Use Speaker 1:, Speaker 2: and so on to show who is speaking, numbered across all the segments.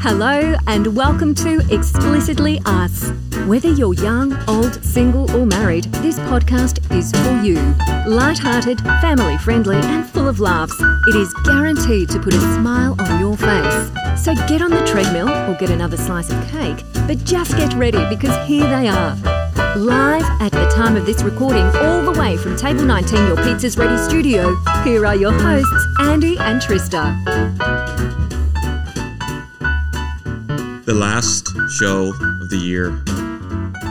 Speaker 1: Hello, and welcome to Explicitly Us. Whether you're young, old, single, or married, this podcast is for you. Light-hearted, family-friendly, and full of laughs, it is guaranteed to put a smile on your face. So get on the treadmill or get another slice of cake, but just get ready because here they are. Live at the time of this recording, all the way from Table 19, your pizza's ready studio, here are your hosts, Andy and Trista.
Speaker 2: The last show of the year.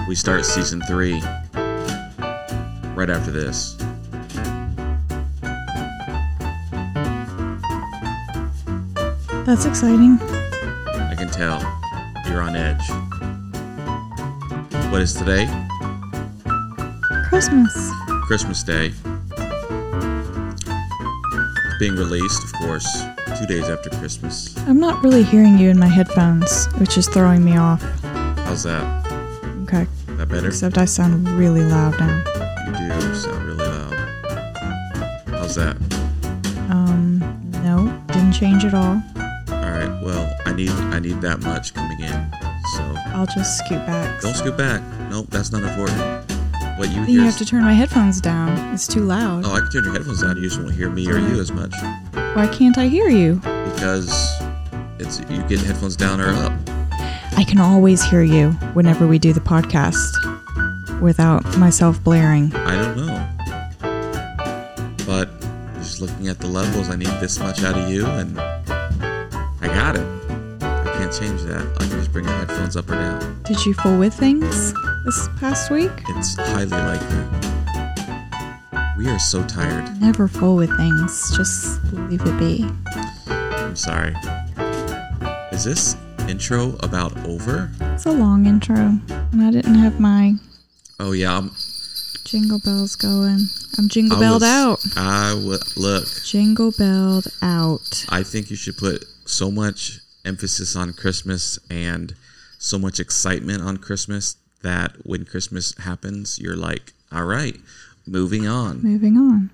Speaker 2: We start season three right after this.
Speaker 3: That's exciting.
Speaker 2: I can tell you're on edge. What is today?
Speaker 3: Christmas.
Speaker 2: Christmas Day. Being released, of course, two days after Christmas.
Speaker 3: I'm not really hearing you in my headphones, which is throwing me off.
Speaker 2: How's that?
Speaker 3: Okay.
Speaker 2: That better?
Speaker 3: Except I sound really loud now.
Speaker 2: You do sound really loud. How's that?
Speaker 3: Um, no, didn't change at all.
Speaker 2: All right. Well, I need I need that much coming in. So
Speaker 3: I'll just scoot back.
Speaker 2: Don't scoot back. Nope, that's not important. What you
Speaker 3: You
Speaker 2: hear?
Speaker 3: have
Speaker 2: Is,
Speaker 3: to turn my headphones down. It's too loud.
Speaker 2: oh, I can turn your headphones down. You just won't hear me or you as much
Speaker 3: Why can't I hear you?
Speaker 2: because it's you get headphones down or up.
Speaker 3: I can always hear you whenever we do the podcast without myself blaring.
Speaker 2: I don't know. But just looking at the levels, I need this much out of you, and I got it. I can't change that. I can just bring the headphones up or down.
Speaker 3: Did you fool with things this past week?
Speaker 2: It's highly likely. We are so tired.
Speaker 3: Never fool with things. Just leave it be.
Speaker 2: I'm sorry. Is this intro about over?
Speaker 3: It's a long intro, and I didn't have my
Speaker 2: Oh yeah, I'm
Speaker 3: jingle bells going. I'm
Speaker 2: I
Speaker 3: jingle
Speaker 2: was-
Speaker 3: belled out.
Speaker 2: I w- look.
Speaker 3: Jingle belled out.
Speaker 2: I think you should put so much emphasis on Christmas and so much excitement on Christmas that when Christmas happens, you're like, all right, moving on.
Speaker 3: Moving on.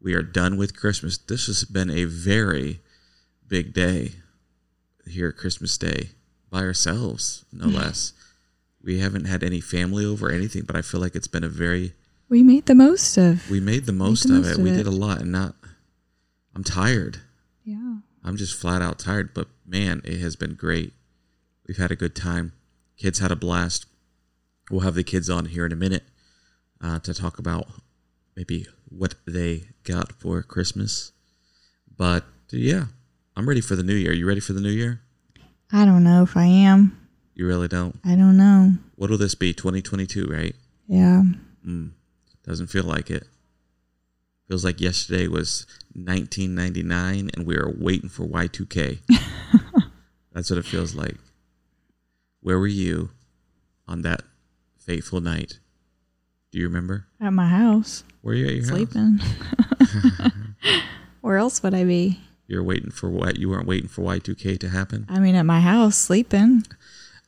Speaker 2: We are done with Christmas. This has been a very big day here at Christmas Day by ourselves, no less. We haven't had any family over or anything, but I feel like it's been a very
Speaker 3: We made the most of.
Speaker 2: we made the most
Speaker 3: the
Speaker 2: of
Speaker 3: most
Speaker 2: it.
Speaker 3: of
Speaker 2: we
Speaker 3: it.
Speaker 2: did a lot and not I'm tired.
Speaker 3: Yeah.
Speaker 2: I'm just flat out tired, but man, it has been great. We've had a good time. Kids had a blast. We'll have the kids on here in a minute uh, to talk about maybe what they got for Christmas. But yeah, I'm ready for the new year. You ready for the new year?
Speaker 3: I don't know if I am.
Speaker 2: You really don't.
Speaker 3: I don't know.
Speaker 2: What'll this be? 2022, right?
Speaker 3: Yeah.
Speaker 2: Doesn't feel like it. Feels like yesterday was 1999 and we were waiting for Y2K. That's what it feels like. Where were you on that fateful night? Do you remember?
Speaker 3: At my house,
Speaker 2: Were you at your house?
Speaker 3: sleeping. Where else would I be?
Speaker 2: You were waiting for what? You weren't waiting for Y2K to happen?
Speaker 3: I mean, at my house, sleeping.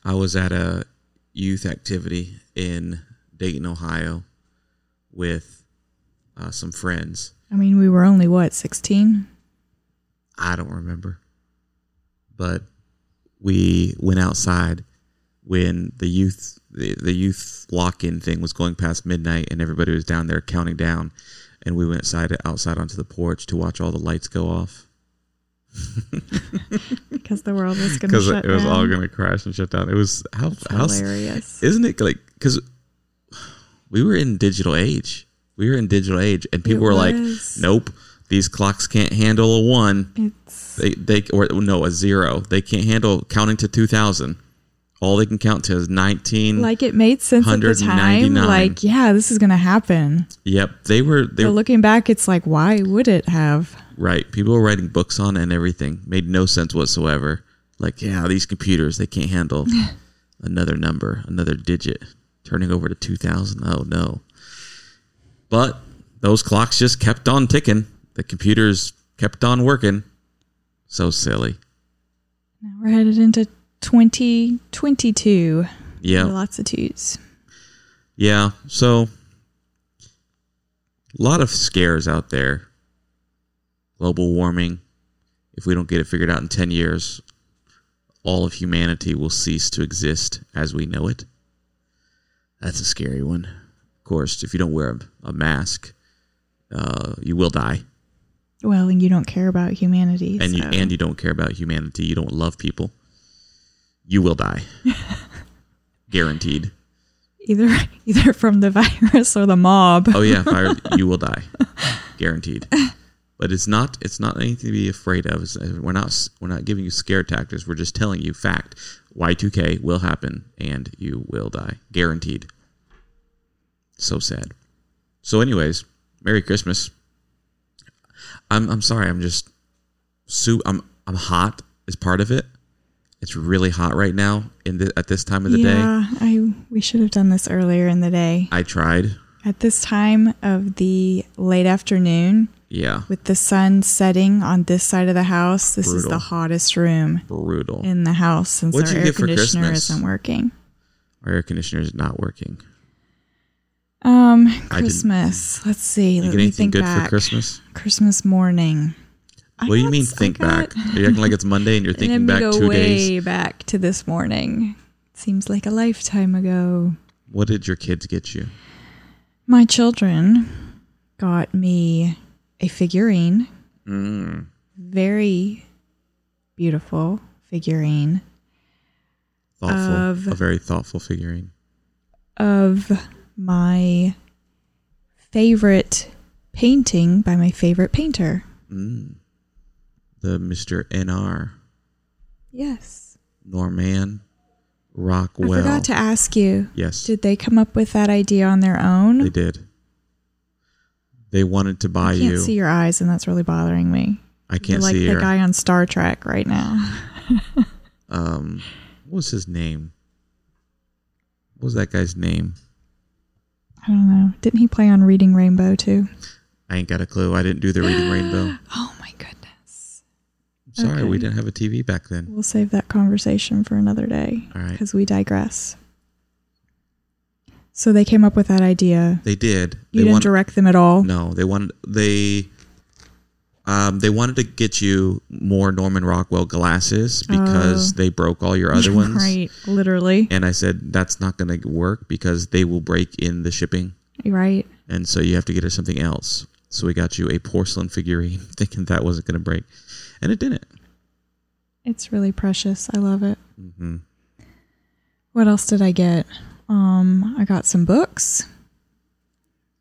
Speaker 2: I was at a youth activity in Dayton, Ohio with uh, some friends.
Speaker 3: I mean, we were only what, 16?
Speaker 2: I don't remember. But we went outside when the youth the, the youth lock in thing was going past midnight and everybody was down there counting down and we went outside outside onto the porch to watch all the lights go off
Speaker 3: Because the world was going to
Speaker 2: because
Speaker 3: shut
Speaker 2: it was
Speaker 3: down.
Speaker 2: all going to crash and shut down. It was how how
Speaker 3: Hilarious.
Speaker 2: isn't it like because we were in digital age. We were in digital age and people
Speaker 3: It
Speaker 2: were
Speaker 3: was.
Speaker 2: like, nope, these clocks can't handle a one.
Speaker 3: It's
Speaker 2: they they or no a zero. They can't handle counting to two thousand. All they can count to is nineteen.
Speaker 3: like it made sense at the time.
Speaker 2: 199.
Speaker 3: Like, yeah, this is going to happen.
Speaker 2: yep, they were they
Speaker 3: But
Speaker 2: were
Speaker 3: looking back, it's like, why would it have?
Speaker 2: right. People were writing books on it and everything made no sense whatsoever. Like yeah, these computers they can't handle another number, another digit turning over to two thousand. Oh no! But those clocks just kept on ticking. The computers kept on working. So silly.
Speaker 3: Now we're headed into 2022.
Speaker 2: Yeah.
Speaker 3: Lots of twos.
Speaker 2: Yeah, so a lot of scares out there. Global warming, if we don't get it figured out in 10 years, all of humanity will cease to exist as we know it. That's a scary one. Of course, if you don't wear a, a mask, uh, you will die,
Speaker 3: Well, and you don't care about humanity.
Speaker 2: and you
Speaker 3: so-
Speaker 2: and you don't care about humanity. You don't love people. You will die, guaranteed.
Speaker 3: either either from the virus or the mob.
Speaker 2: Oh yeah, fire, you will die, guaranteed. But it's not it's not anything to be afraid of. It's- uh, we're not s- we're not giving you scare tactics. We're just telling you fact. Y2K will happen, and you will die, guaranteed. So sad. So, anyways, Merry Christmas. I'm I'm sorry. I'm just soup. I'm I'm hot. Is part of it. It's really hot right now. In the, at this time of the day,
Speaker 3: yeah, I we should have done this earlier in the day.
Speaker 2: I tried.
Speaker 3: At this time of the late afternoon,
Speaker 2: Yeah,
Speaker 3: with the sun setting on this side of the house, this is
Speaker 2: Brutal.
Speaker 3: the hottest room
Speaker 2: brutal.
Speaker 3: in the house since
Speaker 2: What'd
Speaker 3: our
Speaker 2: you
Speaker 3: air
Speaker 2: get for
Speaker 3: conditioner
Speaker 2: Christmas?
Speaker 3: isn't working.
Speaker 2: Our air conditioner is not working.
Speaker 3: Um, Christmas. Let's see.
Speaker 2: You
Speaker 3: Let
Speaker 2: get
Speaker 3: me
Speaker 2: anything
Speaker 3: think
Speaker 2: good
Speaker 3: back.
Speaker 2: for Christmas?
Speaker 3: Christmas morning. I
Speaker 2: What do you
Speaker 3: got
Speaker 2: mean
Speaker 3: s- I
Speaker 2: think
Speaker 3: got-
Speaker 2: back? Are you acting like it's Monday and you're
Speaker 3: Let
Speaker 2: thinking
Speaker 3: me
Speaker 2: back
Speaker 3: go
Speaker 2: two
Speaker 3: way
Speaker 2: days?
Speaker 3: back to this morning. Seems like a lifetime ago.
Speaker 2: What did your kids get you?
Speaker 3: My children got me a figurine. Mm. Very beautiful figurine
Speaker 2: Thoughtful.
Speaker 3: Of-
Speaker 2: a very thoughtful figurine.
Speaker 3: of my favorite painting by my favorite painter.
Speaker 2: The Mr. NR,
Speaker 3: Yes.
Speaker 2: Norman
Speaker 3: I
Speaker 2: Rockwell.
Speaker 3: forgot to ask you.
Speaker 2: yes,
Speaker 3: Did they come up with that idea on their own?
Speaker 2: they did. They wanted to buy
Speaker 3: I can't
Speaker 2: you.
Speaker 3: see your eyes, and that's really bothering me.
Speaker 2: I
Speaker 3: You're
Speaker 2: can't
Speaker 3: like
Speaker 2: see
Speaker 3: the
Speaker 2: your.
Speaker 3: guy on Star Trek right now.
Speaker 2: Um, what was his name? What was that guy's name?
Speaker 3: I don't know. Didn't he play on Reading Rainbow too?
Speaker 2: I ain't got a clue. I didn't do the Reading Rainbow.
Speaker 3: Oh my goodness.
Speaker 2: I'm sorry, we
Speaker 3: Okay.
Speaker 2: didn't have a TV back then.
Speaker 3: We'll save that conversation for another day
Speaker 2: All right.
Speaker 3: because we digress. So they came up with that idea.
Speaker 2: They did. they
Speaker 3: You didn't
Speaker 2: want-
Speaker 3: direct them at all.
Speaker 2: No, they wanted they um they wanted to get you more Norman Rockwell glasses because
Speaker 3: Oh.
Speaker 2: they broke all your other ones.
Speaker 3: right, literally.
Speaker 2: And I said that's not going to work because they will break in the shipping,
Speaker 3: Right.
Speaker 2: and so you have to get her something else. So we got you a porcelain figurine, thinking that wasn't going to break, and it didn't.
Speaker 3: It's really precious. I love it.
Speaker 2: Mm-hmm.
Speaker 3: What else did I get? Um, I got some books.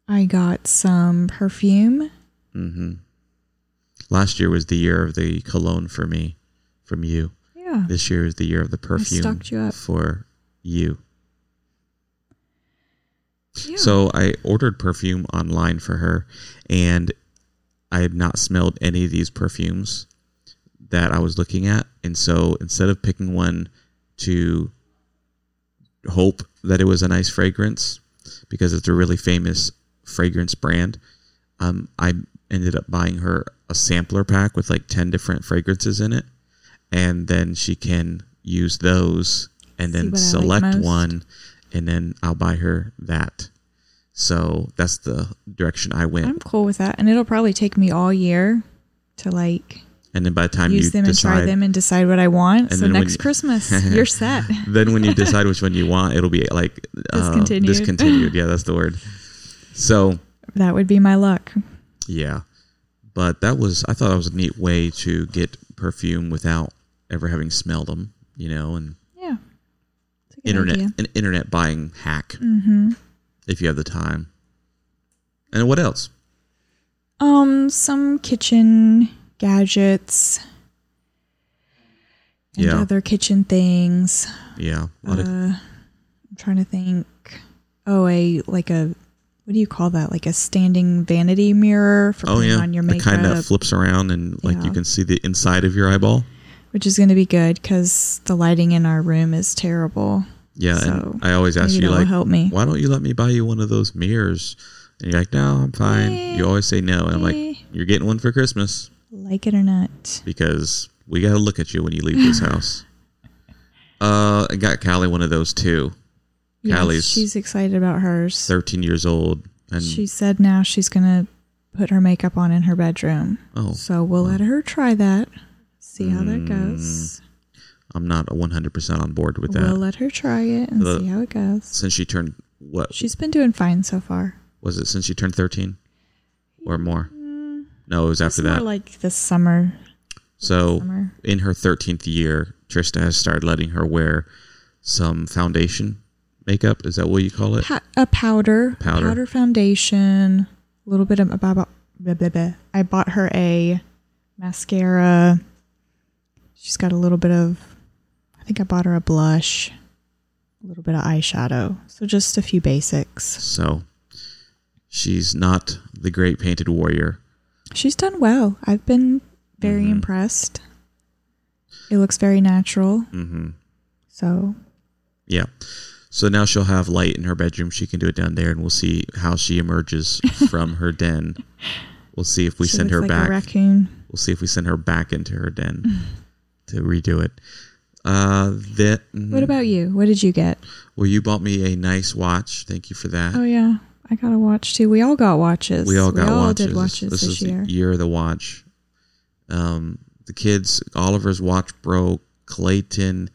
Speaker 3: I got some perfume.
Speaker 2: Mm-hmm. Last year was the year of the cologne for me, from you.
Speaker 3: Yeah.
Speaker 2: This year is the year of the perfume
Speaker 3: stocked you up.
Speaker 2: for you.
Speaker 3: Yeah.
Speaker 2: So I ordered perfume online for her, and I had not smelled any of these perfumes that I was looking at. And so instead of picking one to hope that it was a nice fragrance, because it's a really famous fragrance brand, um, I ended up buying her a sampler pack with like 10 different fragrances in it. And then she can use those and
Speaker 3: See
Speaker 2: then
Speaker 3: what I like
Speaker 2: select
Speaker 3: most.
Speaker 2: one. And then I'll buy her that. So that's the direction I went.
Speaker 3: I'm cool with that. And it'll probably take me all year to like
Speaker 2: and then by the time you
Speaker 3: use them
Speaker 2: decide,
Speaker 3: and try them and decide what I want.
Speaker 2: And
Speaker 3: so
Speaker 2: then when
Speaker 3: next
Speaker 2: you-
Speaker 3: Christmas, you're set.
Speaker 2: then when you decide which one you want, it'll be like uh,
Speaker 3: Discontinued.
Speaker 2: discontinued. Yeah, that's the word. So
Speaker 3: That would be my luck.
Speaker 2: yeah, but that was I thought that was a neat way to get perfume without ever having smelled them. You know, and
Speaker 3: Yeah. It's a good
Speaker 2: internet
Speaker 3: idea. Mm-hmm.
Speaker 2: an internet buying hack if you have the time. And what else?
Speaker 3: Um, some kitchen gadgets and
Speaker 2: Yeah.
Speaker 3: other kitchen things.
Speaker 2: Yeah, a lot of-
Speaker 3: Uh, I'm trying to think. Oh, a like a what do you call that? Like a standing vanity mirror for
Speaker 2: oh
Speaker 3: putting
Speaker 2: yeah,
Speaker 3: on your
Speaker 2: the
Speaker 3: makeup,
Speaker 2: kind that flips around and like
Speaker 3: Yeah.
Speaker 2: you can see the inside of your eyeball.
Speaker 3: which is going to be good because the lighting in our room is terrible.
Speaker 2: Yeah,
Speaker 3: So,
Speaker 2: and I always ask
Speaker 3: maybe
Speaker 2: you
Speaker 3: that will
Speaker 2: like,
Speaker 3: help me.
Speaker 2: why don't you let me buy you one of those mirrors? And you're like, no, I'm fine. You always say no, and I'm
Speaker 3: Eh.
Speaker 2: like, you're getting one for Christmas
Speaker 3: Like it or not,
Speaker 2: because we gotta look at you when you leave this house. Uh, I got Callie one of those too.
Speaker 3: yes,
Speaker 2: Callie's
Speaker 3: she's excited about hers.
Speaker 2: 13 years old, and
Speaker 3: She said now she's going to put her makeup on in her bedroom.
Speaker 2: oh, Mm,
Speaker 3: So we'll let her try that. See how that goes.
Speaker 2: I'm not 100% on board with
Speaker 3: We'll uh,
Speaker 2: that.
Speaker 3: let her try it and
Speaker 2: The-
Speaker 3: see how it goes.
Speaker 2: Since she turned, what
Speaker 3: She's been doing fine so far.
Speaker 2: was it since she turned 13 or more? No, it was after
Speaker 3: Mm, It's more
Speaker 2: that. Oh.
Speaker 3: like this summer.
Speaker 2: so
Speaker 3: summer.
Speaker 2: in her 13th year, Trista has started letting her wear some foundation makeup. Is that what you call it?
Speaker 3: Pa- a powder,
Speaker 2: Powder.
Speaker 3: foundation, a little bit of. I bought, blah, blah, blah. I bought her a mascara. She's got a little bit of. I think I bought her a blush, a little bit of eyeshadow. So just a few basics.
Speaker 2: So she's not the great painted warrior.
Speaker 3: She's done well. I've been very
Speaker 2: Mm-hmm.
Speaker 3: impressed. It looks very natural. Mm-hmm. So
Speaker 2: Yeah. So now she'll have light in her bedroom. She can do it down there, and we'll see how she emerges from her den. We'll see if we
Speaker 3: she
Speaker 2: send
Speaker 3: looks
Speaker 2: her
Speaker 3: like
Speaker 2: back.
Speaker 3: a raccoon.
Speaker 2: We'll see if we send her back into her den to redo it. Uh, that.
Speaker 3: What about you? What did you get?
Speaker 2: Well, you bought me a nice watch. Thank you for that.
Speaker 3: Oh yeah, I got a watch too. We all got watches.
Speaker 2: we all got watches.
Speaker 3: did watches
Speaker 2: this
Speaker 3: this,
Speaker 2: is
Speaker 3: year.
Speaker 2: the year of the watch. Um, the kids, Oliver's watch broke. Clayton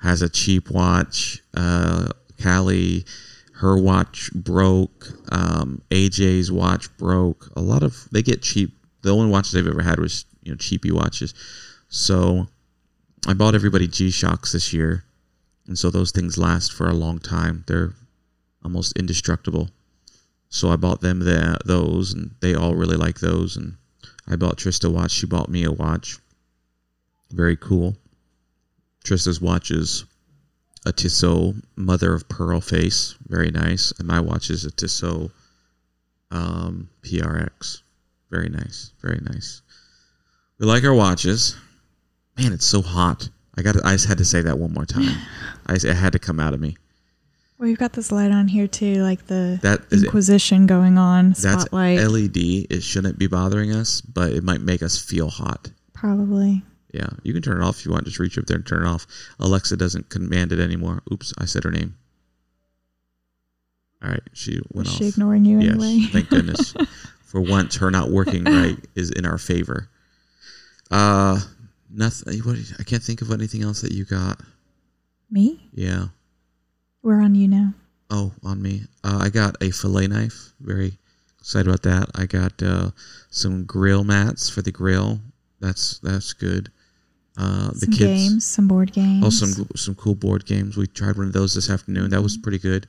Speaker 2: has a cheap watch. Uh, Callie, her watch broke. Um, AJ's watch broke. A lot of they get cheap. The only watches they've ever had was you know cheapy watches. So I bought everybody G Shocks this year, and so those things last for a long time. They're almost indestructible. So I bought them the, those, and they all really like those. And I bought Trista a watch. She bought me a watch. Very cool. Trista's watch is a Tissot Mother of Pearl face. Very nice. And my watch is a Tissot um, PRX. Very nice. Very nice. We like our watches. Man, it's so hot. I got. I just had to say that one more time. I, it had to come out of me.
Speaker 3: Well, you've got this light on here too, like the
Speaker 2: That is
Speaker 3: Inquisition going on,
Speaker 2: That's
Speaker 3: spotlight,
Speaker 2: LED. It shouldn't be bothering us, but it might make us feel hot.
Speaker 3: probably.
Speaker 2: Yeah, you can turn it off if you want. Just reach up there and turn it off. Alexa doesn't command it anymore. Oops, I said her name. All right, she went
Speaker 3: Was
Speaker 2: off.
Speaker 3: she ignoring you
Speaker 2: yes,
Speaker 3: anyway?
Speaker 2: thank goodness. For once, her not working right is in our favor. Uh, nothing. What, I can't think of anything else that you got.
Speaker 3: Me?
Speaker 2: Yeah.
Speaker 3: We're on you now.
Speaker 2: Oh, on me. Uh, I got a fillet knife. Very excited about that. I got uh, some grill mats for the grill. That's that's good. Uh, the
Speaker 3: Some
Speaker 2: kids.
Speaker 3: games, some board games.
Speaker 2: Oh, some some cool board games. We tried one of those this afternoon. That was pretty good.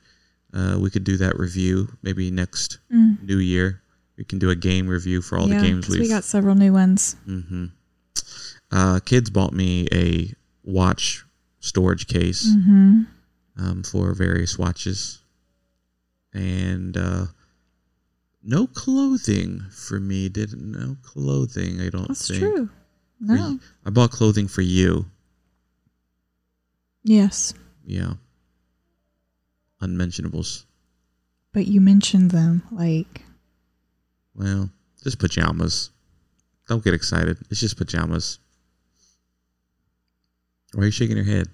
Speaker 2: Uh, we could do that review maybe next new year. We can do a game review for all
Speaker 3: Mm. yeah,
Speaker 2: the games
Speaker 3: 'cause
Speaker 2: we've Mm-hmm.
Speaker 3: we got several new ones.
Speaker 2: uh, kids bought me a watch storage case
Speaker 3: Mm-hmm.
Speaker 2: um, for various watches, and uh, no clothing for me. Did no clothing. I don't.
Speaker 3: That's
Speaker 2: think.
Speaker 3: true.
Speaker 2: For
Speaker 3: No.
Speaker 2: y- I bought clothing for you.
Speaker 3: Yes,
Speaker 2: Yeah. Unmentionables.
Speaker 3: but you mentioned them, like
Speaker 2: Well, just pajamas. Don't get excited. It's just pajamas. Why are you shaking your head?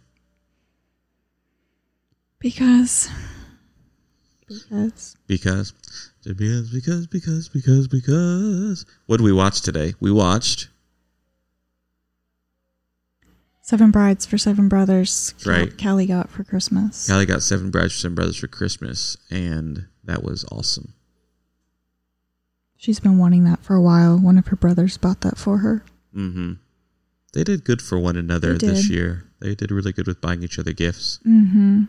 Speaker 3: because, because
Speaker 2: Because, because, because, because, because, because. What did we watch today? We watched
Speaker 3: Seven Brides for Seven Brothers. Cal-
Speaker 2: Right.
Speaker 3: Callie got for Christmas.
Speaker 2: Callie got seven brides for seven brothers for Christmas, and that was awesome.
Speaker 3: She's been wanting that for a while. One of her brothers bought that for her.
Speaker 2: Mm-hmm. They did good for one another
Speaker 3: They
Speaker 2: this
Speaker 3: did.
Speaker 2: year. They did really good with buying each other gifts.
Speaker 3: Mm-hmm.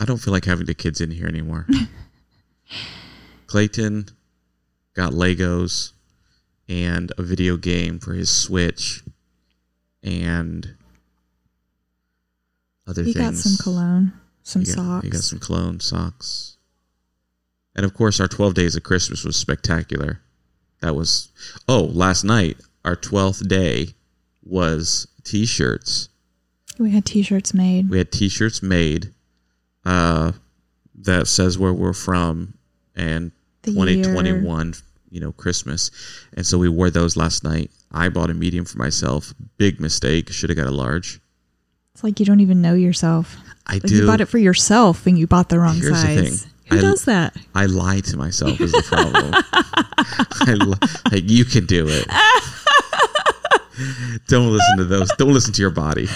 Speaker 2: I don't feel like having the kids in here anymore. Clayton got Legos and a video game for his Switch, and other
Speaker 3: He got
Speaker 2: things.
Speaker 3: some cologne, some
Speaker 2: You got-
Speaker 3: socks.
Speaker 2: You got some cologne socks. And of course, our 12 days of Christmas was spectacular. That was, oh, last night, our 12th day was t shirts.
Speaker 3: we had T-shirts made.
Speaker 2: We had t shirts made uh, that says where we're from and
Speaker 3: The
Speaker 2: 2021, you know, Christmas. And so we wore those last night. I bought a medium for myself. Big mistake. Should have got a large.
Speaker 3: It's like you don't even know yourself.
Speaker 2: I
Speaker 3: Like
Speaker 2: do.
Speaker 3: you bought it for yourself and you bought the wrong
Speaker 2: Here's the
Speaker 3: size.
Speaker 2: thing.
Speaker 3: Who
Speaker 2: I-
Speaker 3: does that?
Speaker 2: I lie to myself is the problem. I li- like you can do it. Don't listen to those. Don't listen to your body.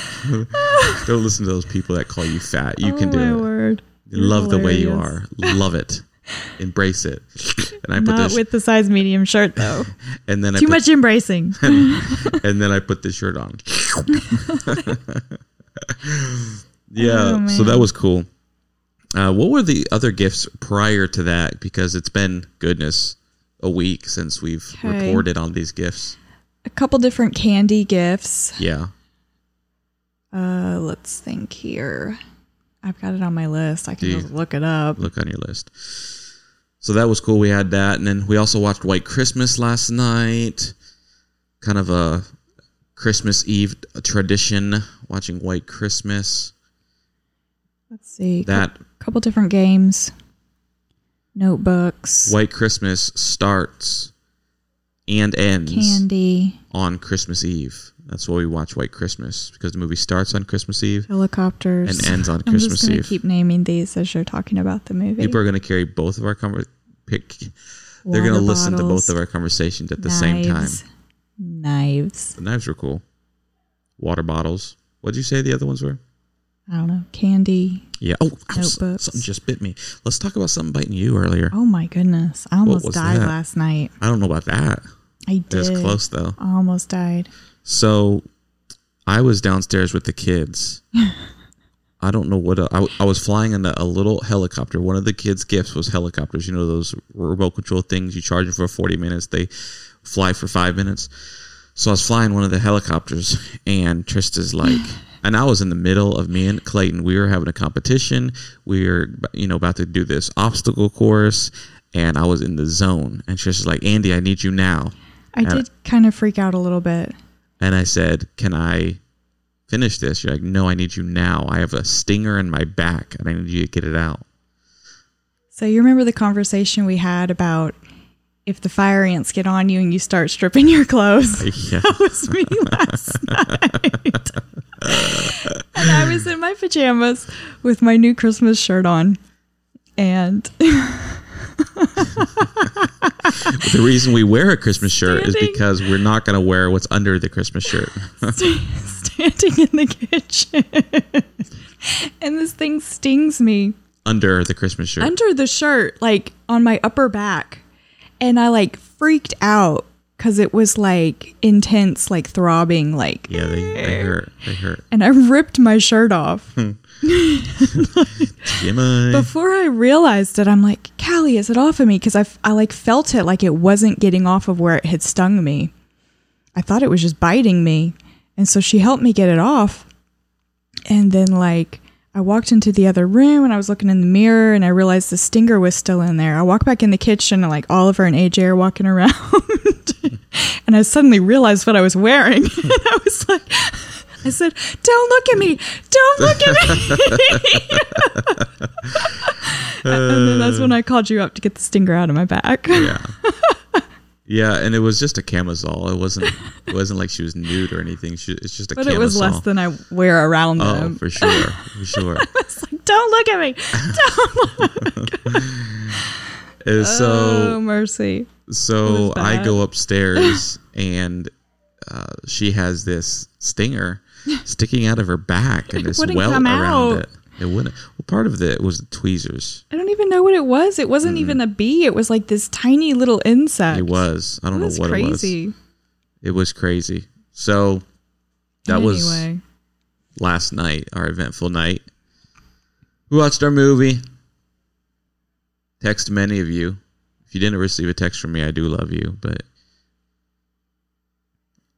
Speaker 2: Don't listen to those people that call you fat. You
Speaker 3: oh
Speaker 2: can do
Speaker 3: my
Speaker 2: it.
Speaker 3: word.
Speaker 2: They love the way you are.
Speaker 3: Hilarious.
Speaker 2: Love it. Embrace it. And I put
Speaker 3: Not
Speaker 2: this
Speaker 3: with the size medium shirt though.
Speaker 2: and then I
Speaker 3: Too
Speaker 2: put,
Speaker 3: much embracing.
Speaker 2: and then I put this shirt on. yeah,
Speaker 3: Oh,
Speaker 2: so that
Speaker 3: man.
Speaker 2: was cool. Uh, what were the other gifts prior to that? Because it's been goodness a week since we've
Speaker 3: Okay.
Speaker 2: reported on these gifts.
Speaker 3: A couple different candy gifts.
Speaker 2: Yeah,
Speaker 3: Uh, let's think here. I've got it on my list. I can
Speaker 2: Dude.
Speaker 3: just look it up.
Speaker 2: look on your list. So that was cool. We had that, and then we also watched White Christmas last night. Kind of a Christmas Eve tradition, watching White Christmas.
Speaker 3: Let's see.
Speaker 2: That
Speaker 3: a couple different games. Notebooks.
Speaker 2: White Christmas starts and ends
Speaker 3: Candy.
Speaker 2: on Christmas Eve. That's why we watch White Christmas because the movie starts on Christmas Eve
Speaker 3: Helicopters.
Speaker 2: and ends on
Speaker 3: I'm
Speaker 2: Christmas
Speaker 3: just gonna
Speaker 2: Eve.
Speaker 3: keep naming these as you're talking about the movie.
Speaker 2: People are going to carry both of our conver- pick. They're going to
Speaker 3: Water
Speaker 2: listen to
Speaker 3: bottles,
Speaker 2: both of our conversations at the same time.
Speaker 3: knives, Knives.
Speaker 2: The knives were cool. Water bottles. What'd you say the other ones were?
Speaker 3: I don't know. Candy.
Speaker 2: Yeah. Oh, ow, s-
Speaker 3: Notebooks.
Speaker 2: something just bit me. Let's talk about something biting you earlier.
Speaker 3: Oh my goodness! I almost
Speaker 2: was
Speaker 3: died
Speaker 2: that?
Speaker 3: last night.
Speaker 2: I don't know about that.
Speaker 3: I
Speaker 2: It was
Speaker 3: did.
Speaker 2: close though.
Speaker 3: I almost died.
Speaker 2: So I was downstairs with the kids. I don't know what I I was flying in a, a little helicopter. One of the kids' gifts was helicopters. You know those remote control things you charge them for forty minutes. They fly for five minutes. So I was flying one of the helicopters, and Trista's like, and I was in the middle of me and Clayton. We were having a competition. We were, you know, about to do this obstacle course, and I was in the zone. And Trista's like, Andy, I need you now.
Speaker 3: I did kind of freak out a little bit.
Speaker 2: And I said, Can I finish this? You're like, No, I need you now. I have a stinger in my back and I need you to get it out.
Speaker 3: So you remember the conversation we had about if the fire ants get on you and you start stripping your clothes?
Speaker 2: Yeah.
Speaker 3: That was me last night. and I was in my pajamas with my new Christmas shirt on. And
Speaker 2: But the reason we wear a Christmas shirt is
Speaker 3: Standing.
Speaker 2: because we're not going to wear what's under the Christmas shirt.
Speaker 3: standing in the kitchen. and this thing stings me.
Speaker 2: under the Christmas shirt.
Speaker 3: under the shirt, like on my upper back. And I like freaked out because it was like intense, like throbbing, like.
Speaker 2: yeah, they, they hurt. They hurt.
Speaker 3: And I ripped my shirt off.
Speaker 2: TMI.
Speaker 3: Before I realized it, I'm like, Callie, is it off of me? Because I, f- I like felt it like it wasn't getting off of where it had stung me. I thought it was just biting me. And so she helped me get it off. And then, like, I walked into the other room and I was looking in the mirror and I realized the stinger was still in there. I walked back in the kitchen and, like, Oliver and AJ are walking around. and I suddenly realized what I was wearing. and I was like, I said, don't look at me. Don't look at me. and then that's when I called you up to get the stinger out of my back.
Speaker 2: Yeah. Yeah, and it was just a camisole. It wasn't. It wasn't like she was nude or anything. She, it's just a
Speaker 3: But
Speaker 2: camisole.
Speaker 3: it was less than I wear around
Speaker 2: oh,
Speaker 3: them.
Speaker 2: for sure, for sure.
Speaker 3: It's like, don't look at me.
Speaker 2: And so
Speaker 3: oh, mercy.
Speaker 2: So
Speaker 3: was
Speaker 2: I
Speaker 3: bad.
Speaker 2: go upstairs and uh, she has this stinger sticking out of her back and this
Speaker 3: wouldn't
Speaker 2: welt
Speaker 3: come
Speaker 2: around
Speaker 3: out.
Speaker 2: it. It wouldn't. Well, part of it was the tweezers.
Speaker 3: I don't even know what it was. It wasn't even a bee. It was like this tiny little insect.
Speaker 2: It was. Mm. I
Speaker 3: It
Speaker 2: don't
Speaker 3: was
Speaker 2: know what it was.
Speaker 3: crazy.
Speaker 2: It was crazy. So that was
Speaker 3: Anyway,
Speaker 2: last night, our eventful night. We watched our movie. Text many of you. If you didn't receive a text from me, I do love you, but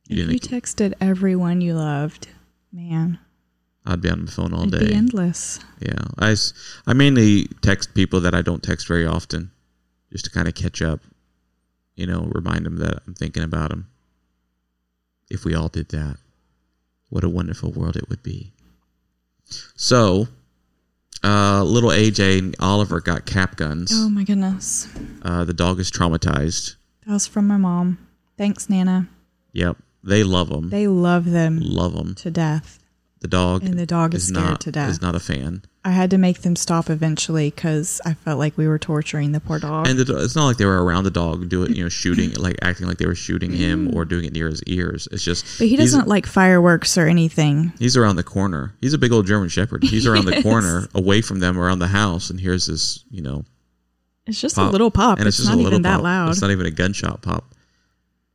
Speaker 2: you
Speaker 3: if
Speaker 2: didn't.
Speaker 3: you texted everyone you loved, man,
Speaker 2: I'd be on my phone all
Speaker 3: it'd
Speaker 2: day.
Speaker 3: be endless.
Speaker 2: Yeah, I, s- I mainly text people that I don't text very often, just to kind of catch up. You know, remind them that I'm thinking about them. If we all did that, what a wonderful world it would be. So, uh, little AJ and Oliver got cap guns.
Speaker 3: Oh my goodness.
Speaker 2: Uh, the dog is traumatized.
Speaker 3: That was from my mom. Thanks, Nana.
Speaker 2: Yep, they love them.
Speaker 3: They love them
Speaker 2: love them.
Speaker 3: to death.
Speaker 2: The dog
Speaker 3: And the dog is scared
Speaker 2: not,
Speaker 3: to death.
Speaker 2: Is not a fan.
Speaker 3: I had to make them stop eventually because I felt like we were torturing the poor dog.
Speaker 2: And the, do- it's not like they were around the dog doing, you know, shooting, like acting like they were shooting him or doing it near his ears. It's just.
Speaker 3: Mm. but he doesn't like fireworks or anything.
Speaker 2: He's, he's around the corner. He's a big old German Shepherd. He's around the
Speaker 3: Yes.
Speaker 2: corner, away from them, around the house, and here's this, you know,
Speaker 3: It's just a
Speaker 2: pop.
Speaker 3: little pop.
Speaker 2: And
Speaker 3: it's,
Speaker 2: it's, just
Speaker 3: not
Speaker 2: a little
Speaker 3: even that
Speaker 2: pop.
Speaker 3: loud.
Speaker 2: It's not even a gunshot pop.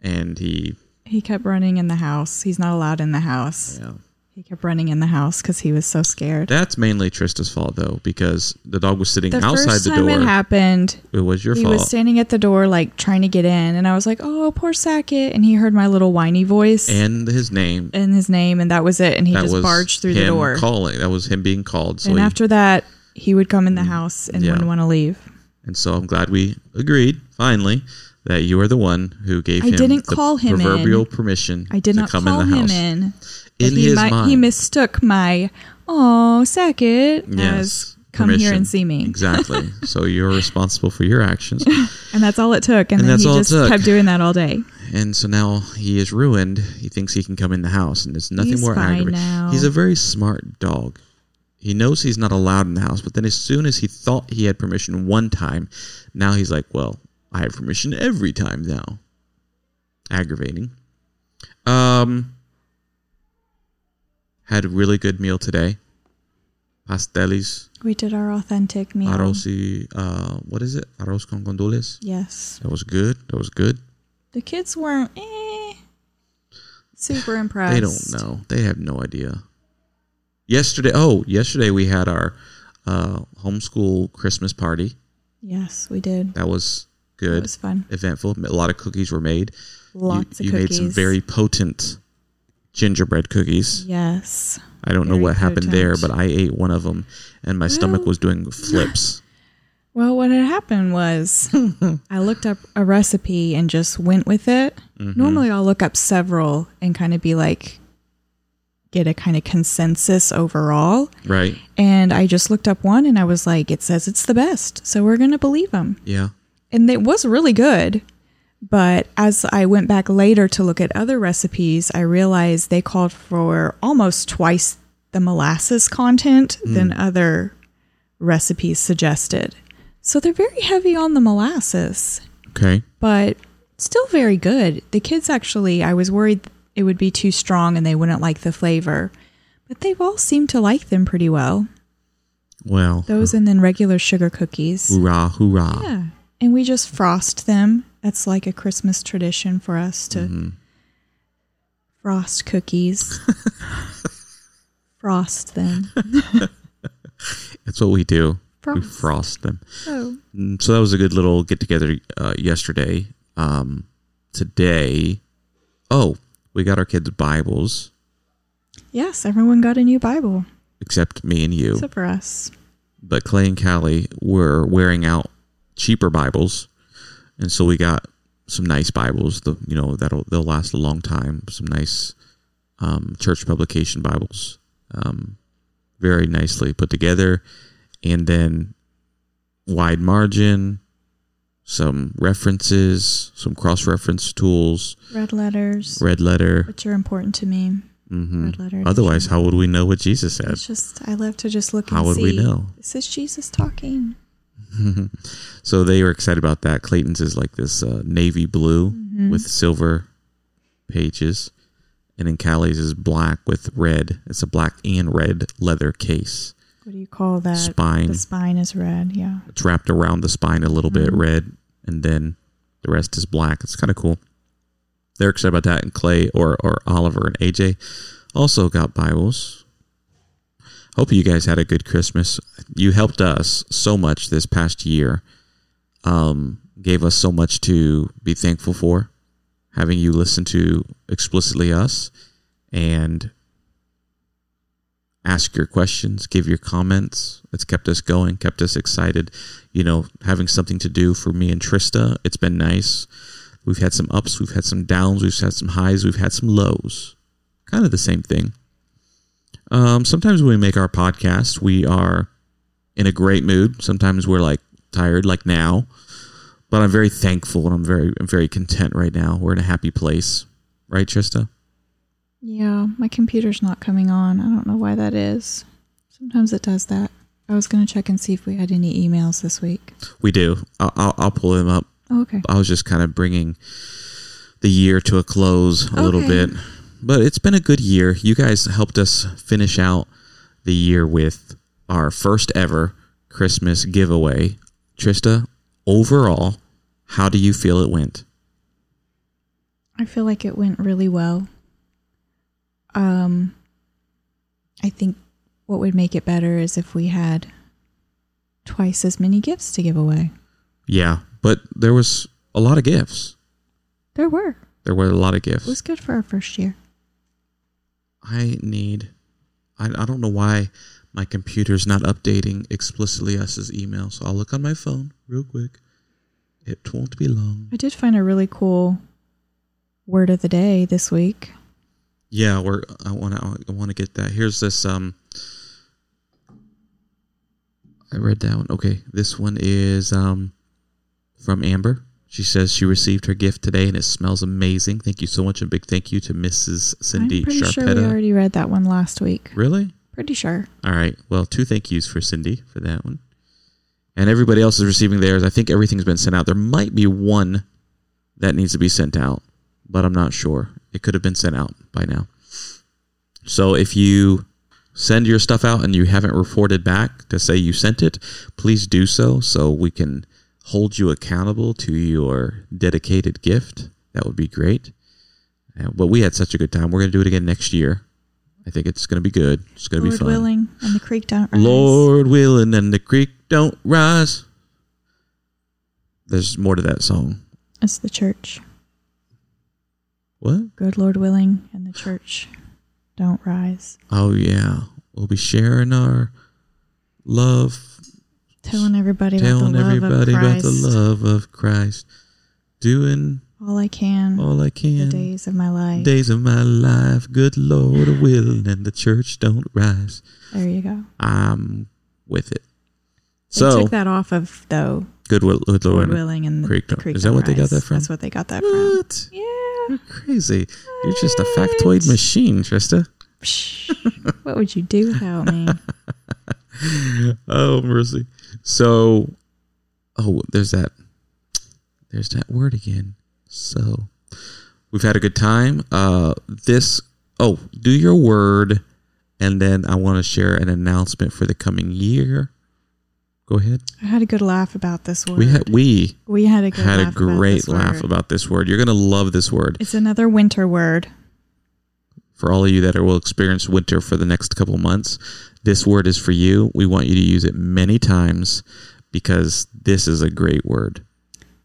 Speaker 2: And he,
Speaker 3: he kept running in the house. He's not allowed in the house.
Speaker 2: yeah.
Speaker 3: He kept running in the house because he was so scared.
Speaker 2: That's mainly Trista's fault though, because the dog was sitting
Speaker 3: the
Speaker 2: outside
Speaker 3: first
Speaker 2: the
Speaker 3: time
Speaker 2: door.
Speaker 3: it happened,
Speaker 2: It was your
Speaker 3: he
Speaker 2: fault.
Speaker 3: was standing at the door, like trying to get in, and I was like, "Oh, poor Sackett," and he heard my little whiny voice and,
Speaker 2: and his name.
Speaker 3: his name, and that was it. And he
Speaker 2: that
Speaker 3: just
Speaker 2: was
Speaker 3: barged through the
Speaker 2: him
Speaker 3: door.
Speaker 2: Calling. That was him being called. So
Speaker 3: and
Speaker 2: he-
Speaker 3: after that, he would come in the house and
Speaker 2: Mm, yeah.
Speaker 3: wouldn't want to leave.
Speaker 2: and so I'm glad we agreed finally that you are the one who gave
Speaker 3: I
Speaker 2: him
Speaker 3: didn't
Speaker 2: the
Speaker 3: call him
Speaker 2: proverbial
Speaker 3: in.
Speaker 2: permission
Speaker 3: I did
Speaker 2: to
Speaker 3: not
Speaker 2: come
Speaker 3: call
Speaker 2: in the
Speaker 3: him
Speaker 2: house.
Speaker 3: in.
Speaker 2: In
Speaker 3: he,
Speaker 2: his
Speaker 3: mi-
Speaker 2: mind.
Speaker 3: he mistook my "Oh, Sackett"
Speaker 2: yes.
Speaker 3: as "Come here
Speaker 2: permission.
Speaker 3: and see me,"
Speaker 2: Exactly. so you're responsible for your actions.
Speaker 3: and that's all it took. And,
Speaker 2: And
Speaker 3: then
Speaker 2: that's
Speaker 3: he
Speaker 2: all it
Speaker 3: just
Speaker 2: took.
Speaker 3: kept doing that all day.
Speaker 2: And so now he is ruined. He thinks he can come in the house, and it's nothing
Speaker 3: He's
Speaker 2: more
Speaker 3: fine
Speaker 2: aggravating.
Speaker 3: now.
Speaker 2: He's a very smart dog. He knows he's not allowed in the house, but then as soon as he thought he had permission one time, now he's like, "Well, I have permission every time now." Aggravating. Um, had a really good meal today. Pastelis,
Speaker 3: We did our authentic meal.
Speaker 2: arroz y, uh, what is it? Arroz con condoles.
Speaker 3: Yes,
Speaker 2: That was good. That was good.
Speaker 3: the kids weren't eh, super impressed.
Speaker 2: They don't know. They have no idea. Yesterday, oh, yesterday we had our uh, homeschool Christmas party.
Speaker 3: Yes, we did.
Speaker 2: That was
Speaker 3: It
Speaker 2: good,
Speaker 3: was fun.
Speaker 2: eventful. A lot of cookies were made. You-
Speaker 3: Lots
Speaker 2: you,
Speaker 3: of cookies.
Speaker 2: made some very potent gingerbread cookies.
Speaker 3: yes.
Speaker 2: I don't know
Speaker 3: very
Speaker 2: what happened there, but
Speaker 3: potent.
Speaker 2: I ate one of them, and my stomach
Speaker 3: Well.
Speaker 2: was doing flips.
Speaker 3: Well, what had happened was I looked up a recipe and just went with it. Normally, I'll look up several and kind of be like, get a kind of consensus overall.
Speaker 2: right?
Speaker 3: And I just looked up one and I was like, it says it's the best. So we're going to believe them.
Speaker 2: Yeah.
Speaker 3: And it was really good. But as I went back later to look at other recipes, I realized they called for almost twice the molasses content than other recipes suggested. So they're very heavy on the molasses,
Speaker 2: Okay.
Speaker 3: but still very good. The kids actually, I was worried it would be too strong and they wouldn't like the flavor, but they've all seemed to like them pretty well.
Speaker 2: Well,
Speaker 3: Those and then regular sugar cookies.
Speaker 2: hoorah, hoorah.
Speaker 3: Yeah. And we just frost them. That's like a Christmas tradition for us to
Speaker 2: Mm-hmm.
Speaker 3: frost cookies. frost them.
Speaker 2: That's what we do. We
Speaker 3: Frost.
Speaker 2: frost them.
Speaker 3: Oh.
Speaker 2: Mm, so that was a good little get together uh, yesterday. Um, today, oh, we got our kids Bibles,
Speaker 3: Yes, everyone got a new Bible
Speaker 2: except me and you.
Speaker 3: except for us.
Speaker 2: but Clay and Callie were wearing out cheaper Bibles, and so we got some nice Bibles. The you know that'll they'll last a long time. Some nice um, church publication Bibles, um, very nicely put together, and then wide margin, some references, some cross reference tools,
Speaker 3: Red letters,
Speaker 2: red letter.
Speaker 3: which are important to me.
Speaker 2: hmm
Speaker 3: Red letter.
Speaker 2: Otherwise, how would we know what Jesus said?
Speaker 3: It's just, I love to just look
Speaker 2: How
Speaker 3: and
Speaker 2: would
Speaker 3: see.
Speaker 2: we know?
Speaker 3: This is Jesus talking.
Speaker 2: So they were excited about that. Clayton's is like this uh, navy blue with silver pages, and then Callie's is black with red. It's a black and red leather case.
Speaker 3: What do you call that?
Speaker 2: Spine.
Speaker 3: The spine is red. Yeah.
Speaker 2: It's wrapped around the spine a little bit red, and then the rest is black. It's kind of cool. They're excited about that. And Clay or or Oliver and AJ also got Bibles. Hope you guys had a good Christmas. You helped us so much this past year. Um, gave us so much to be thankful for. Having you listen to explicitly us and ask your questions, give your comments. It's kept us going, kept us excited. You know, having something to do for me and Trista, it's been nice. We've had some ups, we've had some downs, we've had some highs, we've had some lows. Kind of the same thing. Um, sometimes when we make our podcast, we are in a great mood. Sometimes we're like tired, like now. But I'm very thankful and I'm very I'm very content right now. We're in a happy place. Right, Trista?
Speaker 3: Yeah, my computer's not coming on. I don't know why that is. Sometimes it does that. I was going to check and see if we had any emails this week.
Speaker 2: We do. I'll, I'll, I'll pull them up.
Speaker 3: Oh, okay.
Speaker 2: I was just kind of bringing the year to a close a little
Speaker 3: Okay.
Speaker 2: bit, but it's been a good year. You guys helped us finish out the year with our first ever Christmas giveaway. Trista, overall, how do you feel it went?
Speaker 3: I feel like it went really well. Um, I think what would make it better is if we had twice as many gifts to give away.
Speaker 2: Yeah, but there was a lot of gifts.
Speaker 3: There were.
Speaker 2: There were a lot of
Speaker 3: It
Speaker 2: gifts.
Speaker 3: was good for our first year.
Speaker 2: I need. I, I don't know why my computer's not updating explicitly us's email, so I'll look on my phone real quick. It won't be long.
Speaker 3: I did find a really cool word of the day this week.
Speaker 2: Yeah, we're. I want to. I want to get that. Here's this. Um, I read that one. Okay, this one is um, from Amber. She says she received her gift today and it smells amazing. Thank you so much. A big thank you to Mrs. Cindy
Speaker 3: I'm pretty
Speaker 2: Sharpetta.
Speaker 3: sure we already read that one last week.
Speaker 2: really?
Speaker 3: Pretty sure.
Speaker 2: All right. Well, two thank yous for Cindy for that one. And everybody else is receiving theirs. I think everything's been sent out. There might be one that needs to be sent out, but I'm not sure. It could have been sent out by now. So if you send your stuff out and you haven't reported back to say you sent it, please do so so we can hold you accountable to your dedicated gift. That would be great. Uh, But we had such a good time. We're going to do it again next year. I think it's going to be good. It's going to be
Speaker 3: Lord
Speaker 2: fun.
Speaker 3: willing, and the creek don't rise.
Speaker 2: Lord willing and the creek don't rise. There's more to that song.
Speaker 3: It's the church.
Speaker 2: What?
Speaker 3: Good Lord willing, and the church don't rise.
Speaker 2: Oh yeah. We'll be sharing our love,
Speaker 3: Telling everybody about
Speaker 2: telling
Speaker 3: the love
Speaker 2: everybody
Speaker 3: of
Speaker 2: about
Speaker 3: Christ.
Speaker 2: the love of Christ. Doing
Speaker 3: All I can.
Speaker 2: all I
Speaker 3: the
Speaker 2: can.
Speaker 3: days of my life.
Speaker 2: Days of my life, good Lord willing, and the church don't rise.
Speaker 3: there you go.
Speaker 2: I'm with it.
Speaker 3: They
Speaker 2: So
Speaker 3: took that off of though.
Speaker 2: good, will, good
Speaker 3: Lord
Speaker 2: Lord.
Speaker 3: willing, and the
Speaker 2: Creek
Speaker 3: creek,
Speaker 2: don't-
Speaker 3: creek
Speaker 2: is that
Speaker 3: don't
Speaker 2: what they got
Speaker 3: rise.
Speaker 2: that from?
Speaker 3: That's what they got that from.
Speaker 2: What?
Speaker 3: Yeah.
Speaker 2: You're crazy. You're just a factoid machine, Trista.
Speaker 3: Psh, what would you do without me?
Speaker 2: Oh mercy. So, oh, there's that. There's that word again. So, we've had a good time. Uh, this. Oh, do your word, and then I want to share an announcement for the coming year. Go ahead.
Speaker 3: I had a good laugh about this word.
Speaker 2: We had we
Speaker 3: We had a good
Speaker 2: had a
Speaker 3: laugh about
Speaker 2: great
Speaker 3: this
Speaker 2: laugh
Speaker 3: word.
Speaker 2: about this word. You're gonna love this word.
Speaker 3: It's another winter word.
Speaker 2: for all of you that are, will experience winter for the next couple months, this word is for you. We want you to use it many times because this is a great word.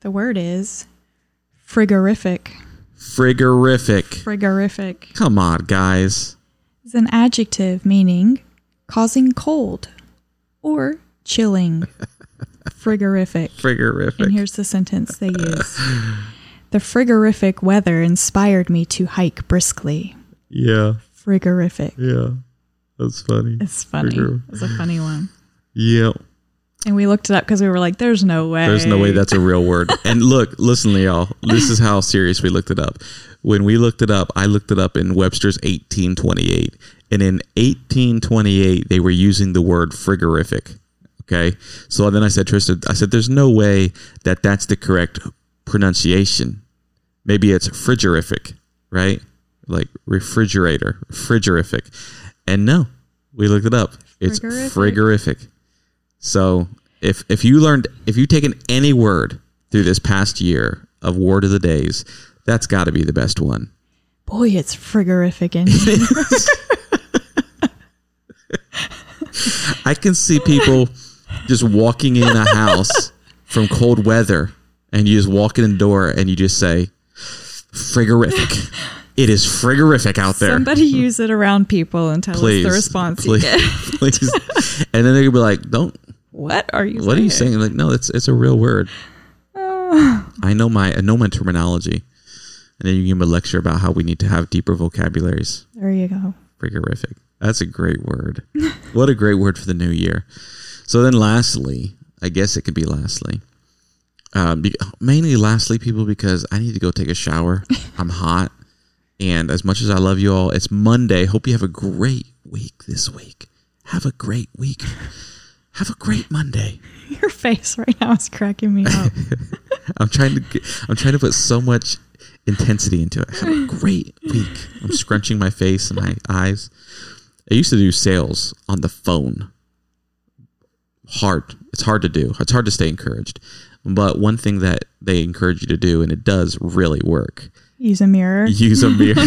Speaker 3: The word is frigorific.
Speaker 2: Frigorific.
Speaker 3: Frigorific
Speaker 2: Come on, guys.
Speaker 3: is an adjective meaning causing cold or chilling. frigorific. And
Speaker 2: Frigorific.
Speaker 3: here's the sentence they use. The frigorific weather inspired me to hike briskly.
Speaker 2: Yeah,
Speaker 3: Frigorific.
Speaker 2: yeah. That's funny.
Speaker 3: It's funny.
Speaker 2: Frigor-
Speaker 3: It's a funny one.
Speaker 2: Yeah.
Speaker 3: And we looked it up because we were like, there's no way.
Speaker 2: There's no way that's a real word. And look, listen, y'all. This is how serious we looked it up. When we looked it up, I looked it up in Webster's 1828, and in 1828 they were using the word frigorific. Okay, so then I said, Trista, I said, there's no way that that's the correct pronunciation. Maybe it's frigorific, right? Like refrigerator, frigorific. And no, we looked it up. It's
Speaker 3: Frigorific.
Speaker 2: frigorific. So if if you learned if you've taken any word through this past year of word of the days, that's got to be the best one.
Speaker 3: Boy, it's frigorific in
Speaker 2: I can see people just walking in a house from cold weather, and you just walk in the door and you just say, "Frigorific." It is frigorific out there.
Speaker 3: Somebody use it around people and tell
Speaker 2: please,
Speaker 3: us the response. you
Speaker 2: please,
Speaker 3: get.
Speaker 2: please. And then they're gonna be like, "Don't
Speaker 3: What are you
Speaker 2: What are you saying? Like, no, it's it's a real word. I know my I know my terminology, and then you give him a lecture about how we need to have deeper vocabularies.
Speaker 3: There you go.
Speaker 2: Frigorific. That's a great word. what a great word for the new year. So then, lastly, I guess it could be lastly. Um, be, mainly, lastly, people because I need to go take a shower. I'm hot, And as much as I love you all, it's Monday. Hope you have a great week this week. Have a great week. Have a great Monday.
Speaker 3: Your face right now is cracking me up.
Speaker 2: I'm trying to get, I'm trying to put so much intensity into it. Have a great week. I'm scrunching my face and my eyes. I used to do sales on the phone. Hard. It's hard to do. It's hard to stay encouraged. But one thing that they encourage you to do, and it does really work,
Speaker 3: Use a mirror.
Speaker 2: use a mirror.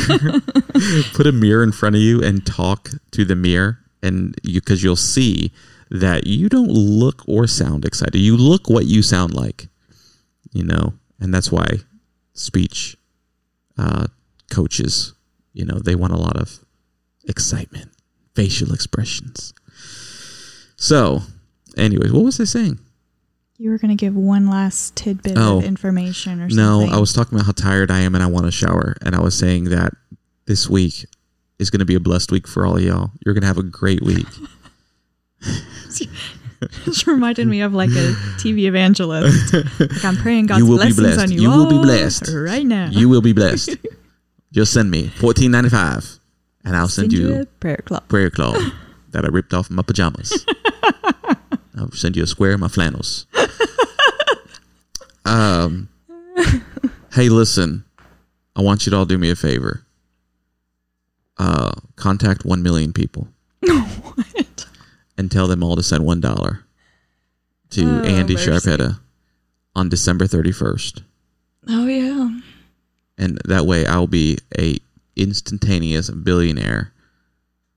Speaker 2: Put a mirror in front of you and talk to the mirror, and you because you'll see that you don't look or sound excited. You look what you sound like, you know, and that's why speech uh, coaches, you know, they want a lot of excitement, facial expressions. So, anyways, what was I saying?
Speaker 3: You were going to give one last tidbit
Speaker 2: Oh.
Speaker 3: of information or
Speaker 2: No,
Speaker 3: something.
Speaker 2: I was talking about how tired I am and I want to shower. And I was saying that this week is going to be a blessed week for all y'all. You're going to have a great week.
Speaker 3: Just reminded me of like a TV evangelist. like I'm praying God's
Speaker 2: You will be
Speaker 3: blessings
Speaker 2: blessed.
Speaker 3: on you.
Speaker 2: You will be
Speaker 3: all
Speaker 2: blessed.
Speaker 3: right now.
Speaker 2: you will be blessed. Just send me fourteen ninety five, and I'll send, you
Speaker 3: a prayer club.
Speaker 2: prayer cloth that I ripped off my pajamas. I'll send you a square of my flannels. Um, hey, listen, I want you to all do me a favor. Uh, contact one million people
Speaker 3: What?
Speaker 2: and tell them all to send one dollar to
Speaker 3: Oh,
Speaker 2: Andy
Speaker 3: mercy.
Speaker 2: Sharpetta on December thirty first.
Speaker 3: Oh yeah.
Speaker 2: and that way I'll be a instantaneous billionaire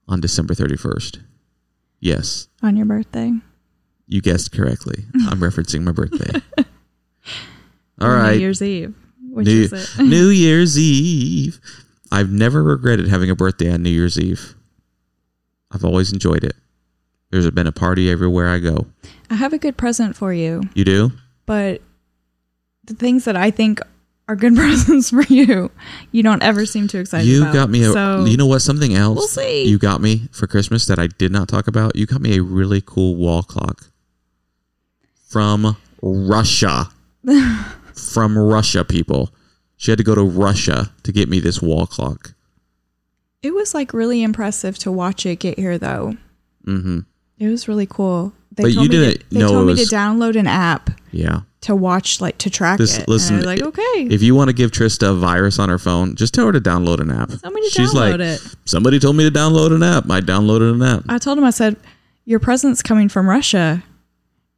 Speaker 2: on December 31st. Yes,
Speaker 3: On your birthday.
Speaker 2: you guessed correctly. I'm referencing my birthday. All
Speaker 3: Or
Speaker 2: right.
Speaker 3: New Year's Eve, which
Speaker 2: New,
Speaker 3: is it.
Speaker 2: New Year's Eve. I've never regretted having a birthday on New Year's Eve. I've always enjoyed it. There's been a party everywhere I go.
Speaker 3: I have a good present for you,
Speaker 2: You do?
Speaker 3: but the things that I think are good presents for you, you don't ever seem too excited
Speaker 2: you
Speaker 3: about.
Speaker 2: got me a
Speaker 3: so
Speaker 2: you know what something else
Speaker 3: We'll see.
Speaker 2: you got me for christmas that i did not talk about you got me a really cool wall clock from russia from russia people she had to go to russia to get me this wall clock
Speaker 3: it was like really impressive to watch it get here though.
Speaker 2: hmm
Speaker 3: It was really cool. They
Speaker 2: But
Speaker 3: told
Speaker 2: you
Speaker 3: me to-
Speaker 2: didn't
Speaker 3: they
Speaker 2: know
Speaker 3: told
Speaker 2: it
Speaker 3: me
Speaker 2: was-
Speaker 3: to download an app
Speaker 2: yeah
Speaker 3: to watch like to track
Speaker 2: This-
Speaker 3: it.
Speaker 2: listen,
Speaker 3: and I was like, okay.
Speaker 2: if you want to give trista a virus on her phone just tell her to download an app
Speaker 3: Somebody
Speaker 2: she's
Speaker 3: download
Speaker 2: like
Speaker 3: it.
Speaker 2: somebody told me to download an app i downloaded an app
Speaker 3: I told him I said, Your present's coming from Russia.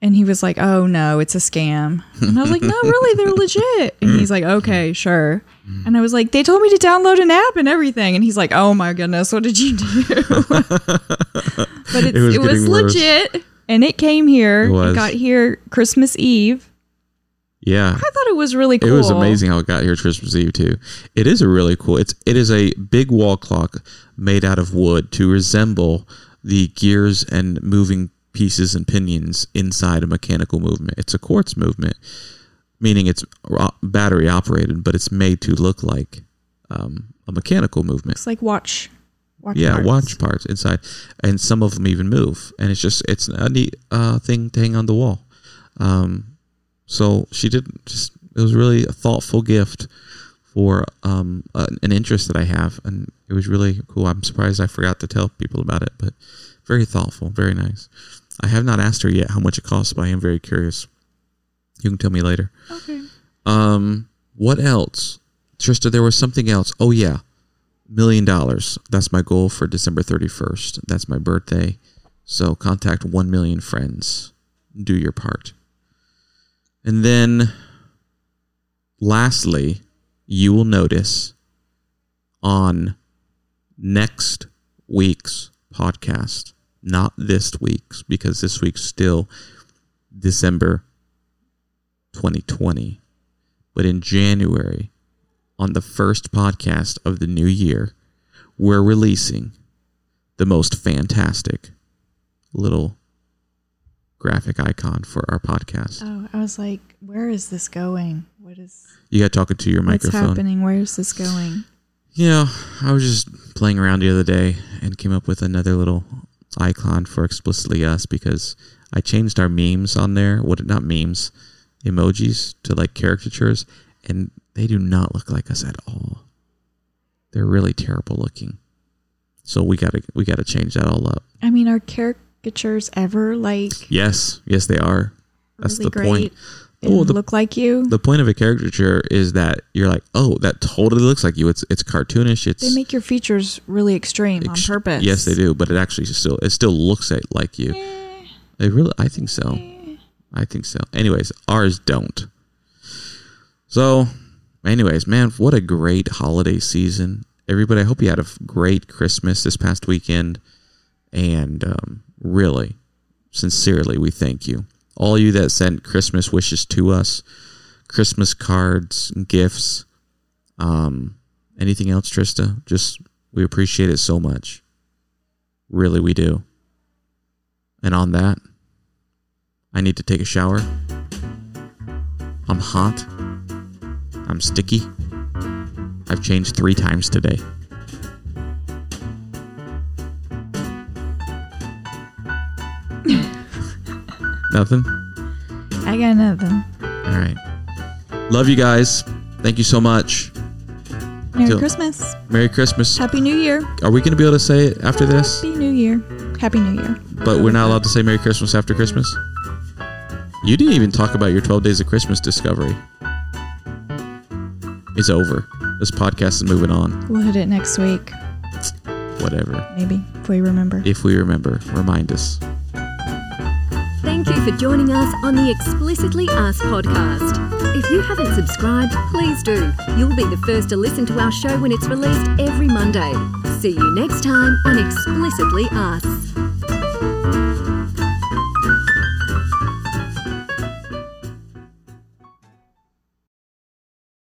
Speaker 3: And he was like, Oh no, it's a scam. And I was like, No, really, they're legit. And he's like,
Speaker 2: Mm.
Speaker 3: Okay, sure. And I was like, They told me to download an app and everything. And he's like, Oh my goodness, what did you do? but it's,
Speaker 2: was
Speaker 3: it was,
Speaker 2: getting worse.
Speaker 3: legit. And it came here.
Speaker 2: It
Speaker 3: It,
Speaker 2: was.
Speaker 3: got here Christmas Eve.
Speaker 2: yeah
Speaker 3: I thought it was really cool.
Speaker 2: It was amazing how it got here Christmas Eve too. It is a really cool. It's it is a big wall clock made out of wood to resemble the gears and moving pieces and pinions inside a mechanical movement. It's a quartz movement, meaning it's ro- battery operated, but it's made to look like um, a mechanical movement.
Speaker 3: It's like watch. watch
Speaker 2: Yeah,
Speaker 3: parts.
Speaker 2: watch parts inside, and some of them even move. And it's just it's a neat uh, thing to hang on the wall. Um, so she did just it was really a thoughtful gift for um, a, an interest that I have, and it was really cool. I'm surprised I forgot to tell people about it, but very thoughtful, very nice. I have not asked her yet how much it costs, but I am very curious. You can tell me later.
Speaker 3: Okay.
Speaker 2: Um, what else? Trista, there was something else. Oh yeah. Million dollars. That's my goal for December 31st. That's my birthday. So contact 1 million friends. Do your part. And then lastly, you will notice on next week's podcast, not this week's because this week's still December 2020 but in January, on the first podcast of the new year, we're releasing the most fantastic little graphic icon for our podcast.
Speaker 3: Oh, I was like, Where is this going? What is
Speaker 2: You got talking to your
Speaker 3: what's
Speaker 2: microphone.
Speaker 3: happening? Where is this going?
Speaker 2: You know, I was just playing around the other day and came up with another little icon for explicitly us because I changed our memes on there. What not memes, emojis to like caricatures, and they do not look like us at all. They're really terrible looking. So we gotta we gotta change that all up.
Speaker 3: I mean, are caricatures ever like
Speaker 2: Yes, yes, they are. That's
Speaker 3: really
Speaker 2: the
Speaker 3: great?
Speaker 2: point.
Speaker 3: And
Speaker 2: Well, the-
Speaker 3: look like you?
Speaker 2: The point of a caricature is that you're like, oh, that totally looks like you. It's it's cartoonish. It's
Speaker 3: they make your features really extreme on
Speaker 2: ex-
Speaker 3: purpose.
Speaker 2: Yes, they do, but it actually still it still looks at- like you. It really, I think so. I think so. Anyways, ours don't. So, anyways, man, what a great holiday season, everybody. I hope you had a f- great Christmas this past weekend, and um, really, sincerely, we thank you all you that sent Christmas wishes to us, Christmas cards, gifts. Um, anything else, Trista? Just we appreciate it so much. Really, we do. And on that, I need to take a shower. I'm hot. I'm sticky. I've changed three times today. Nothing?
Speaker 3: I got nothing.
Speaker 2: All right. Love you guys. Thank you so much.
Speaker 3: Merry
Speaker 2: Till-
Speaker 3: Christmas.
Speaker 2: Merry Christmas.
Speaker 3: Happy New Year.
Speaker 2: Are we going to be able to say it after this?
Speaker 3: Happy New Year. Happy New Year.
Speaker 2: But we're not allowed to say Merry Christmas after Christmas? You didn't even talk about your 12 Days of Christmas discovery. It's over. This podcast is moving on.
Speaker 3: We'll hit it next week,
Speaker 2: Whatever.
Speaker 3: maybe, if we remember.
Speaker 2: If we remember, remind us.
Speaker 1: Thank you for joining us on the Explicitly Us podcast. If you haven't subscribed, please do. You'll be the first to listen to our show when it's released every Monday. See you next time on Explicitly Us.